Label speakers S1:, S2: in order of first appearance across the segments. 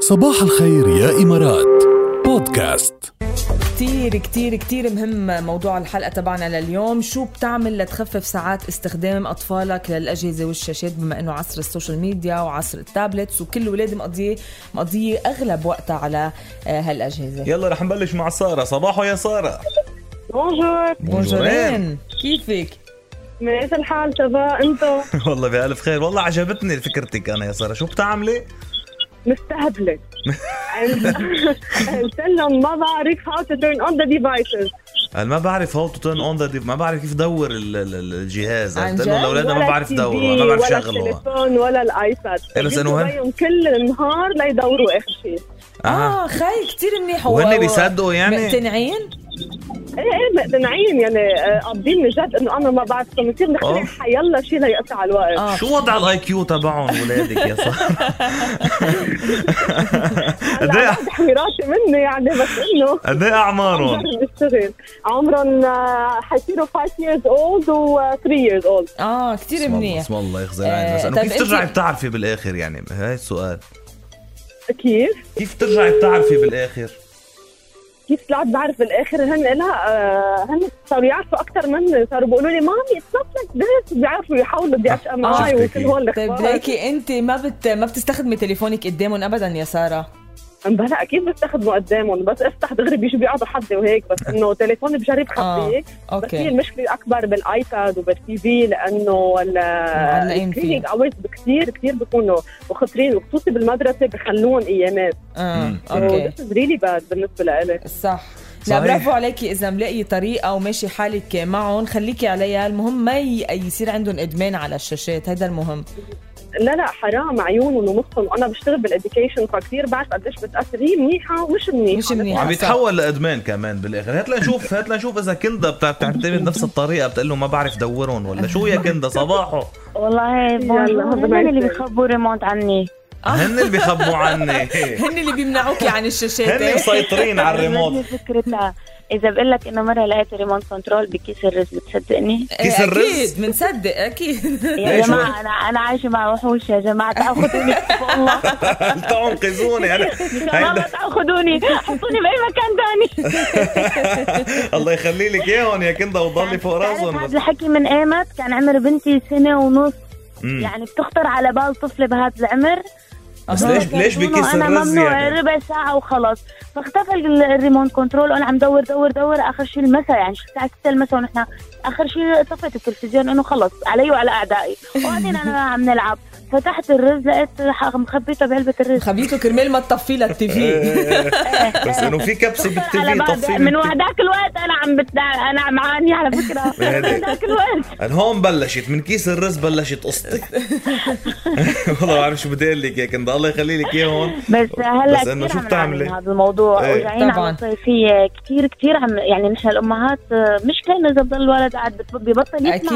S1: صباح الخير يا إمارات بودكاست
S2: كتير كتير كتير مهم موضوع الحلقة تبعنا لليوم شو بتعمل لتخفف ساعات استخدام أطفالك للأجهزة والشاشات بما أنه عصر السوشيال ميديا وعصر التابلتس وكل الولاد مقضية مقضية أغلب وقتها على آه، هالأجهزة
S3: يلا رح نبلش مع ساره صباحو يا ساره
S4: بونجور
S2: بونجورين كيفك؟
S4: كيف الحال سبا انتو
S3: والله بألف خير والله عجبتني فكرتك انا يا ساره شو بتعملي
S4: مستهبلة سلم ما بعرف how to turn on the devices
S3: قال ما بعرف هاو تو تيرن اون ذا ما بعرف كيف دور ال- ال- ال- الجهاز
S2: عن
S3: قلت
S2: جد؟
S3: لهم لاولادها ما
S4: ولا
S3: بعرف
S4: التي
S3: دوروا
S4: في
S3: ما بعرف
S4: ولا
S3: شغلوا
S4: التليفون ولا الايباد
S3: إيه بس إنه هن-
S4: بيهم كل النهار ليدوروا اخر شيء
S3: اه
S2: آه خي كتير منيح
S3: وهن بيصدقوا يعني
S2: مقتنعين؟
S4: ايه ايه مقتنعين يعني آه، قابضين من جد انه انا ما بعرف شو بصير
S3: أوه.
S4: نخترع حيلا شيء ليقطع الوقت
S2: آه
S3: شو وضع الاي كيو تبعهم ولادك يا ساره قد
S4: هلا
S3: ايه
S4: بعد حويراتي مني يعني بس انه
S3: قد ايه اعمارهم
S4: بجرب اشتغل عمرهم آه، حيصيروا 5 years old و 3 years old
S2: آه كتير
S3: اسم الله-
S2: منيح
S3: اسم الله يخزي العين
S2: آه،
S3: بس إنه
S2: طيب
S3: كيف
S2: أنت-
S3: ترجعي بتعرفي بالاخر يعني هاي السؤال
S4: كيف؟
S3: كيف ترجعي بتعرفي بالاخر
S4: كيف طلعت بعرف بالاخر هن لها آه، هن صاروا يعرفوا اكثر مني صاروا بيقولوا لي مامي اتس نوت لايك ذس بيعرفوا يحاولوا بدي افهم
S2: آه.
S4: معي
S3: شفتك
S4: وكل هول
S2: طيب
S4: الاخبار
S2: ليكي انت ما بت ما بتستخدمي تليفونك قدامهم ابدا يا ساره
S4: بلا اكيد بستخدمه قدامهم بس افتح دغري بيجوا بيقعدوا حظي وهيك بس انه تليفوني بجرب حظي بس هي
S2: اوكي
S4: المشكله اكبر بالايباد وبالتي في لانه ال-
S2: معلقين فيه.
S4: السكرينينج اورز كثير كثير بيكونوا مخطرين وخصوصي بالمدرسه بخلوهم ايامات
S2: اه
S3: مم.
S2: اوكي
S4: ذس ريلي باد بالنسبه لإلي
S2: صح لا
S3: صحيح.
S2: برافو عليكي اذا ملاقي طريقه وماشي حالك معهم خليكي عليها المهم ما ي- يصير عندهم ادمان على الشاشات هذا المهم
S4: لا لا حرام عيونهم ومخهم وانا بشتغل بالاديوكيشن فكثير بعرف قديش بتاثر هي منيحه ومش منيحه
S2: مش منيحة.
S3: وعم يتحول لادمان كمان بالاخر هات لنشوف هات لنشوف اذا كندا بتع- بتعتمد نفس الطريقه بتقول له ما بعرف دورهم ولا شو يا كندا صباحو
S5: والله
S4: يلا،
S5: بونجور هن
S4: باي
S5: اللي
S4: باي.
S5: بيخبوا ريموت عني
S3: هن اللي بيخبوا عني
S2: هن اللي بيمنعوكي عن الشاشات
S3: هن
S2: إيه؟
S3: مسيطرين على
S5: عجبتني
S3: الريموت
S5: فكرتها اذا بقول لك انه مره لقيت ريموت كنترول بكيس الرز بتصدقني؟
S2: إيه،
S3: كيس الرز.
S2: اكيد بنصدق اكيد
S5: يا
S3: ليش
S5: جماعه انا انا عايشه مع وحوش يا جماعه تعالوا خدوني والله
S3: تعوا انقذوني انا
S5: يا
S3: هيدا-
S5: ماما تعالوا خدوني حطوني باي مكان ثاني
S3: الله يخلي لك اياهم يا كندا وضلي فوق راسهم
S5: هذا
S3: بس
S5: الحكي من ايمت كان عمر بنتي سنه ونص
S3: مم.
S5: يعني بتخطر على بال طفل بهذا العمر
S3: بس
S2: أها.
S3: ليش ليش بكيس
S5: انا
S3: الرز
S5: ممنوع
S3: يعني
S5: ربع ساعه وخلص فاختفى ال- الريموت كنترول وانا عم دور دور دور اخر شيء المساء يعني شو الساعه 6 المساء ونحن اخر شيء طفيت التلفزيون انه خلص علي وعلى اعدائي وبعدين انا عم نلعب فتحت الرز لقيت ح- مخبيته بعلبه الرز
S2: خبيته كرمال ما تطفي لها التيفي
S3: إيه. بس انه في كبسه
S5: دخل على
S3: بالتلفي
S5: بعض.
S3: طفي
S5: من
S3: بالتلفي.
S5: وهداك الوقت انا عم بت... انا عم عاني على فكره من
S3: هيدي.
S5: هداك الوقت
S3: قال هون بلشت من كيس الرز بلشت قصتي والله ما بعرف شو بدي اقول لك يا كندا الله يخلي لك اياهم
S5: بس هلا
S3: بس إنه
S5: كثير
S3: شو
S5: عم
S3: بتعملي؟
S5: نعاني من هذا الموضوع
S3: إيه.
S5: وجايين
S2: طبعاً.
S5: على الصيفيه كثير كثير عم يعني نحن الامهات آه، مشكله إنه اذا بضل الولد قاعد بت- ببطل يسمعك
S2: اكيد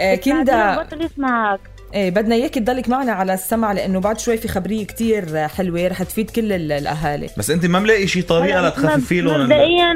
S5: إيه.
S2: آه، كندا
S5: بطل يسمعك
S2: ايه بدنا اياك تضلك معنا على السمع لانه بعد شوي في خبريه كتير حلوه رح تفيد كل ال- الاهالي
S3: بس انت ما ملاقي شي طريقه
S5: هلا
S3: لتخففي
S5: مب-
S3: لهم ال-
S5: مبدئيا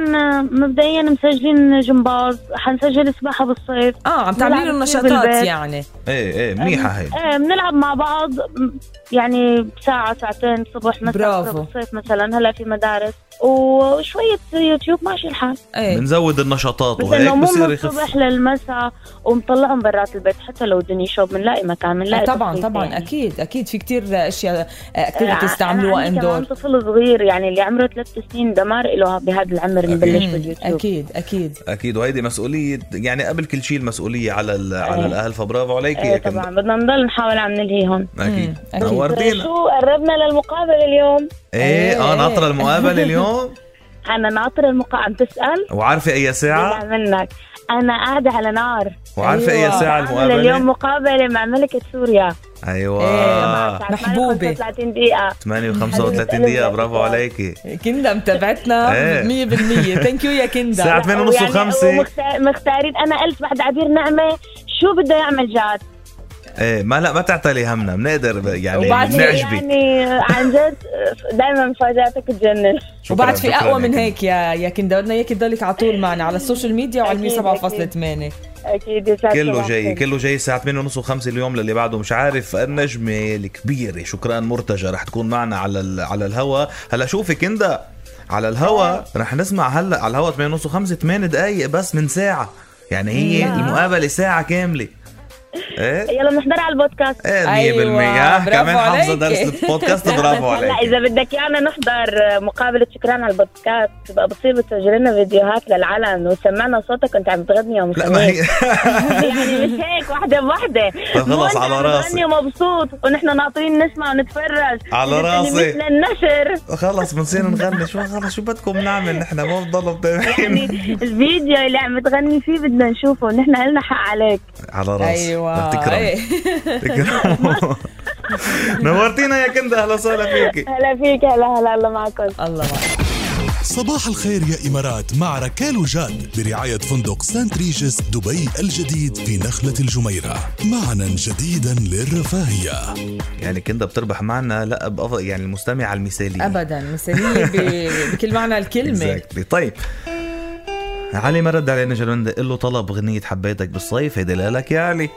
S5: مبدئيا مسجلين جمباز حنسجل سباحه بالصيف
S2: اه عم تعملي
S5: نلعب
S2: لهم
S5: كتير
S2: نشاطات
S5: بالبيت.
S2: يعني
S3: ايه ايه منيحه هي
S5: ايه بنلعب مع بعض م- يعني ساعة ساعتين الصبح مثلا
S2: برافو.
S5: بالصيف مثلا هلا في مدارس وشوية يوتيوب ماشي الحال
S2: ايه
S3: بنزود النشاطات
S5: بس انه
S3: وهيك
S5: مو من
S3: بصير يخف
S5: الصبح للمساء ومطلعهم برات البيت حتى لو دنيا شوب بنلاقي مكان بنلاقي
S2: طبعا
S5: تخفيف
S2: طبعا
S5: يعني.
S2: اكيد اكيد في كتير اشياء
S5: أنا-
S2: اكتيفيتيز تعملوها
S5: آه، أنا عندي كمان
S2: اندور
S5: طفل صغير يعني اللي عمره ثلاث سنين دمار له بهذا العمر نبلش باليوتيوب
S2: اكيد اكيد
S3: اكيد وهيدي مسؤوليه يعني قبل كل شيء المسؤوليه على ال- على
S5: إيه.
S3: الاهل فبرافو عليكي يا
S5: ايه
S3: كندا
S5: طبعا بدنا نضل نحاول عم نلهيهم
S3: اكيد
S2: أمم، أكيد.
S3: نورتينا
S5: شو قربنا للمقابله اليوم
S3: ايه
S2: إيه.
S3: اه ناطره المقابله اليوم
S5: انا ناطره المقا عم تسال
S3: وعارفه اي
S5: بالله
S3: ساعه
S5: منك انا قاعده على نار
S3: وعارفه اي
S2: أيوة.
S3: ساعه
S5: عاملة اليوم
S3: المقابله
S5: مقابله مع ملكه سوريا
S2: إيه.
S3: ايوه
S5: الساعة
S2: محبوبة.
S5: 38 دقيقه
S3: 8 و35 دقيقه برافو عليكي
S2: كندا متابعتنا
S3: إيه.
S2: 100% ثانك يو يا
S3: ساعة
S2: كندا
S3: ثمانية ونص
S5: يعني ويعني-
S3: وخمسة.
S5: ومختار- مختارين انا قلت بعد عبير نعمه شو بده يعمل جاد
S3: ايه ما لا ما تعتلي همنا بنقدر يعني
S2: وبعدين
S3: بنعجبك
S5: يعني عن جد دائما مفاجاتك تجنن
S3: شكراً-
S2: وبعد في
S3: شكراً
S2: اقوى من
S3: لك.
S2: هيك يا يا كندا بدنا اياك تضلك على طول معنا على السوشيال ميديا وعلى
S5: أكيد،
S2: 107.8
S5: اكيد يسعد
S3: كله
S5: صباحكم.
S3: جاي كله جاي الساعة 8:30 و5 اليوم للي بعده مش عارف النجمة الكبيرة شكرا مرتجى رح تكون معنا على ال... على الهوا هلا شوفي كندا على الهوا
S2: آه.
S3: رح نسمع هلا على الهوا 8:30 و5 8 دقايق بس من ساعة يعني هي
S2: لا.
S3: المقابلة ساعة كاملة ايه
S5: يلا بنحضر على البودكاست
S3: ايه 100%
S2: أيوة،
S3: آه،
S2: برافو
S3: كمان حافظة
S2: عليكي.
S3: درس البودكاست برافو
S5: هلا
S3: عليك
S5: اذا بدك يانا نحضر مقابله شكران على البودكاست بقى بتصير بتسجل لنا فيديوهات للعلن وسمعنا صوتك وانت عم تغني يا
S3: لا ما هي
S5: يعني مش هيك واحده بواحده
S3: طيب خلص، على راسي.
S5: غني ومبسوط ونحن ناطرين نسمع ونتفرج
S3: على
S5: بتقلي
S3: راسي.
S5: مثل النشر
S3: خلص بنصير نغني شو خلص شو بدكم نعمل نحن ما بنضل
S5: يعني
S3: متابعين
S5: الفيديو اللي عم تغني فيه بدنا نشوفه نحن لنا حق عليك
S3: على راسي
S2: ايوه
S3: تكرم
S2: إيه.
S3: تكرم نورتينا يا كندا اهلا وسهلا فيكي
S5: هلا فيك هلا هلا الله معكم
S2: الله معك
S1: صباح الخير يا إمارات مع ركال وجاد برعاية فندق سانت ريجس دبي الجديد في نخلة الجميرة معنا جديدا للرفاهية
S3: يعني كندا بتربح معنا لا بأف... يعني المستمع المثالي
S2: ابدا مثاليه ب- بكل معنى الكلمه
S3: Exactly. طيب علي ما رد علينا جلوندة قل له طلب غنية حبيتك بالصيف هيدي لك يا علي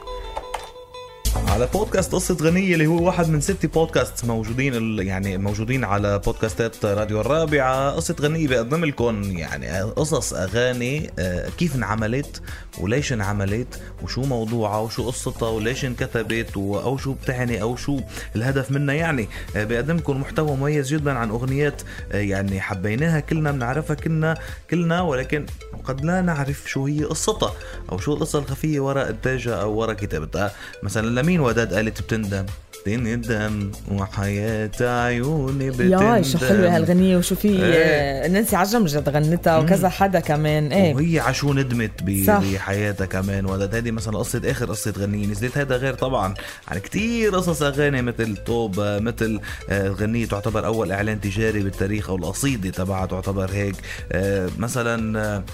S3: على بودكاست قصة غنية اللي هو واحد من ست بودكاست موجودين ال- يعني موجودين على بودكاستات راديو الرابعة قصة غنية بقدم لكم يعني قصص أغاني آه، كيف انعملت وليش انعملت وشو موضوعها وشو قصتها وليش انكتبت و- أو شو بتعني أو شو الهدف منها يعني آه، بقدم لكم محتوى مميز جدا عن أغنيات آه، يعني حبيناها كلنا بنعرفها كلنا كلنا ولكن قد لا نعرف شو هي قصتها أو شو القصة الخفية وراء إنتاجها أو وراء كتابتها مثلا لمين وداد قالت بتندم بتندم وحياة عيوني بتندم
S2: يا شو حلوه هالغنيه وشو في
S3: إيه. طيب.
S2: آه، نانسي عجم جد غنتها وكذا حدا كمان ايه
S3: وهي عشو ندمت ب-
S2: صح.
S3: بحياتها كمان ولد هذه مثلا قصه اخر قصه غنيه نزلت هذا غير طبعا عن كتير قصص اغاني مثل توبه مثل آه، غنيه تعتبر اول اعلان تجاري بالتاريخ او القصيده تبعها تعتبر هيك آه، مثلا آه،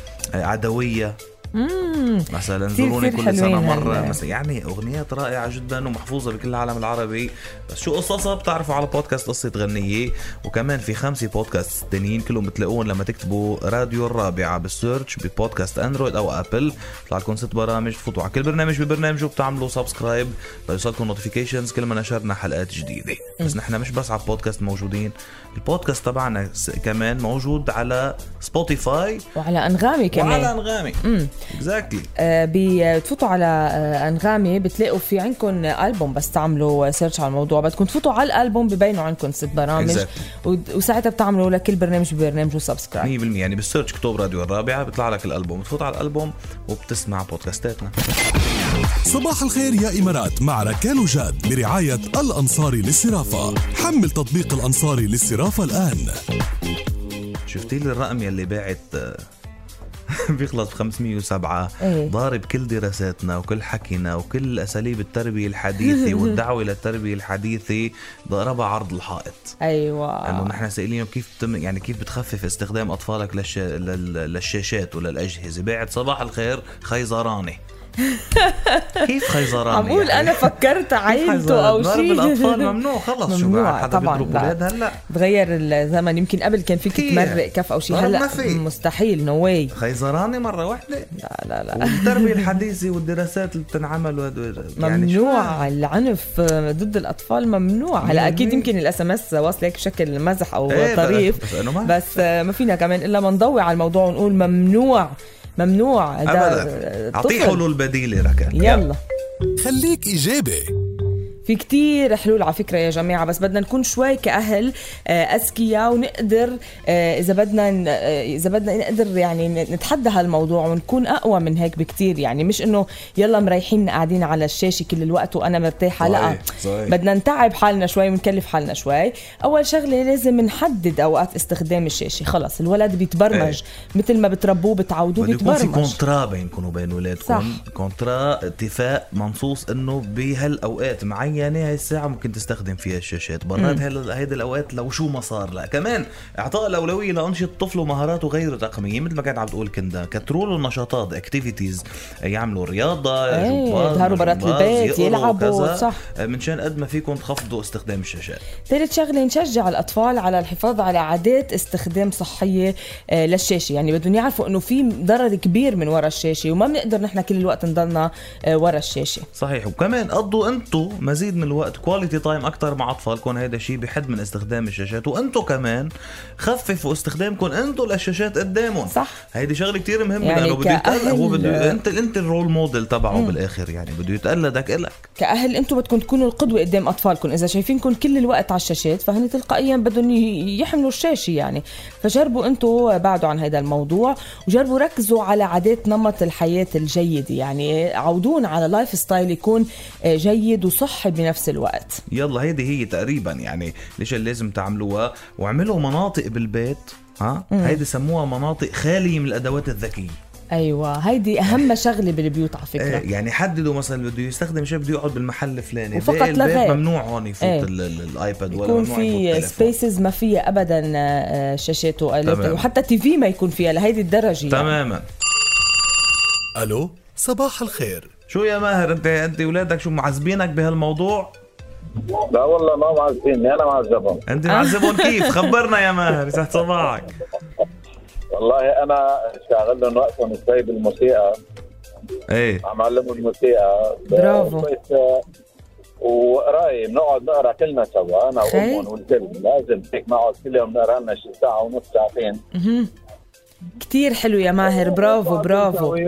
S3: عدويه
S2: مم.
S3: مثلا
S2: كتير
S3: زوروني
S2: كتير
S3: كل سنه
S2: حلوين
S3: مره
S2: هال-
S3: مثلا يعني اغنيات رائعه جدا ومحفوظه بكل العالم العربي بس شو قصصها بتعرفوا على بودكاست قصه غنيه وكمان في خمسه بودكاست تانيين كلهم بتلاقوهم لما تكتبوا راديو الرابعه بالسيرش ببودكاست اندرويد او ابل بيطلع لكم ست برامج بتفوتوا على كل برنامج ببرنامجه بتعملوا سبسكرايب ليوصلكم نوتيفيكيشنز كل ما نشرنا حلقات جديده بس نحن مش بس على البودكاست موجودين البودكاست تبعنا س- كمان موجود على سبوتيفاي
S2: وعلى انغامي كمان
S3: وعلى انغامي اكزاكتلي
S2: آه، بي- بتفوتوا على آه، انغامي بتلاقوا في عندكم البوم بس تعملوا سيرش على الموضوع بدكم تفوتوا على الالبوم ببينوا عندكم ست برامج
S3: Exactly.
S2: ود- وساعتها بتعملوا لكل برنامج ببرنامجه سبسكرايب
S3: 100% يعني بالسيرش كتب راديو الرابعه بيطلع لك الالبوم بتفوت على الالبوم وبتسمع بودكاستاتنا
S1: صباح الخير يا إمارات مع ركال وجاد برعاية الأنصاري للصرافة حمل تطبيق الأنصاري للصرافة الآن
S3: شفتي لي الرقم يلي باعت آه، بيخلص ب 507
S2: إيه.
S3: ضارب كل دراساتنا وكل حكينا وكل اساليب التربيه الحديثه والدعوه للتربيه الحديثه ضربها عرض الحائط انه
S2: ايوه
S3: نحن سائلينهم كيف بتم يعني كيف بتخفف استخدام اطفالك للش... لل... للشاشات وللاجهزه باعت صباح الخير خيزراني كيف خيزراني
S2: عم بقول
S3: يعني؟
S2: انا فكرت عيلته او
S3: ضرب الاطفال
S2: شيء
S3: ممنوع خلص شو
S2: ممنوع،
S3: بعد حدا
S2: طبعاً،
S3: بيضرب
S2: لا.
S3: اولاد هلا
S2: تغير الزمن يمكن قبل كان فيك
S3: كتير.
S2: تمرق كف او شيء
S3: ضرب ما
S2: هلا
S3: في.
S2: مستحيل نو واي
S3: خيزراني مره واحده
S2: لا لا لا
S3: والتربيه الحديثه والدراسات اللي بتنعمل وهدول- يعني شو هاد؟
S2: ممنوع العنف آه، ضد الاطفال ممنوع هلا اكيد
S3: بالمية.
S2: يمكن الاس ام اس واصل هيك بشكل مزح او
S3: إيه،
S2: طريف
S3: بس انه ما
S2: بس آه، ما فينا كمان الا ما نضوي على الموضوع ونقول ممنوع ممنوع ده آه،
S3: ابدا اعطيه
S2: طفل.
S3: حلول بديله ركان
S2: يلا
S1: خليك إيجابي
S2: في كتير حلول على فكرة يا جماعة بس بدنا نكون شوي كأهل آه، أذكياء ونقدر آه، إذا بدنا ن- آه، إذا بدنا نقدر يعني ن- نتحدى هالموضوع ونكون أقوى من هيك بكتير يعني مش إنه يلا مريحين قاعدين على الشاشة كل الوقت وأنا مرتاحة لا
S3: صحيح، صحيح.
S2: بدنا نتعب حالنا شوي ونكلف حالنا شوي أول شغلة لازم نحدد أوقات استخدام الشاشة خلص الولد بيتبرمج
S3: إيه.
S2: مثل ما بتربوه بتعودوه
S3: بده يكون في
S2: بيتبرمج
S3: كونترا بينكم وبين اولادكم
S2: صح.
S3: كونترا اتفاق منصوص انه بهالاوقات معينه معينه هاي الساعه ممكن تستخدم فيها الشاشات برات هال- هيدي الاوقات لو شو ما صار لا كمان اعطاء الاولويه لانشطه الطفل ومهاراته غير الرقميه مثل ما كانت عم تقول كندا كتروا له نشاطات اكتيفيتيز يعملوا رياضه
S2: إيه،
S3: جمباز،
S2: يظهروا برات
S3: جمباز،
S2: البيت،
S3: يقروا،
S2: يلعبوا،
S3: كذا.
S2: صح.
S3: منشان قد ما فيكم تخفضوا استخدام الشاشات
S2: ثالث شغله نشجع الاطفال على الحفاظ على عادات استخدام صحيه آه، للشاشه يعني بدهم يعرفوا انه في ضرر كبير من وراء الشاشه وما بنقدر نحن كل الوقت نضلنا آه، وراء الشاشه
S3: صحيح وكمان قضوا انتو مزيد من الوقت كواليتي تايم اكثر مع اطفالكم هيدا الشيء بحد من استخدام الشاشات وانتو كمان خففوا استخدامكم انتو للشاشات قدامهم
S2: صح.
S3: هيدي شغله كثير مهمه
S2: يعني
S3: لانه بده يتقلد هو
S2: كأهل-
S3: بده انت انت الرول موديل تبعه بالاخر يعني بده يتقلدك الك
S2: كأهل انتم بدكم تكونوا القدوة قدام أطفالكم إذا شايفينكم كل الوقت على الشاشات فهن تلقائيا بدهم ي- يحملوا الشاشة يعني فجربوا انتم بعدوا عن هذا الموضوع وجربوا ركزوا على عادات نمط الحياة الجيدة يعني عودون على لايف ستايل يكون آه، جيد وصحي بنفس الوقت
S3: يلا هيدي هي تقريبا يعني ليش لازم تعملوها واعملوا مناطق بالبيت ها هيدي سموها مناطق خاليه من الادوات الذكيه
S2: أيوة هيدي أهم شغلة بالبيوت على فكرة
S3: ايه يعني حددوا مثلا بده يستخدم شيء بده يقعد بالمحل الفلاني
S2: وفقط
S3: باقي البيت
S2: لا غير.
S3: ممنوع هون يفوت
S2: إيه.
S3: ايه. الايباد ولا
S2: يكون
S3: ممنوع يفوت
S2: في
S3: التليفون.
S2: سبيسز ما فيها ابدا آه، شاشات وآلات
S3: تمام.
S2: وحتى تي في ما يكون فيها لهيدي الدرجه يعني.
S3: تماما
S1: ألو صباح الخير
S3: شو يا ماهر انت انت اولادك شو معذبينك بهالموضوع
S6: لا والله ما معذبيني انا معذبهم
S2: آه.
S3: انت معذبهم كيف خبرنا يا ماهر يسعد صباحك
S6: والله انا شاغل لهم وقتهم شوي بالموسيقى
S3: ايه
S6: عم علمهم الموسيقى ب-
S2: برافو.
S6: بس- وقرايه بنقعد نقرا كلنا سوا انا
S2: خير.
S6: وامهم والكل لازم هيك نقعد كل يوم نقرا لنا شي ساعه ونص ساعتين
S2: كتير حلو يا ماهر برافو برافو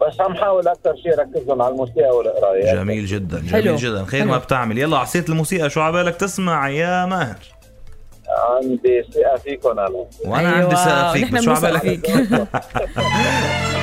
S6: بس عم حاول اكثر شيء ركز لهم على الموسيقى والقرايه
S3: جميل جدا جميل
S2: حلو.
S3: جدا خير
S2: حلو.
S3: ما بتعمل يلا عصيت الموسيقى شو عبالك تسمع يا ماهر
S6: عندي ثقه فيكم انا
S2: أيوة،
S3: وانا عندي ثقه فيك
S2: ونحن
S3: بس شو
S2: بنثق
S3: عبالك
S2: فيك.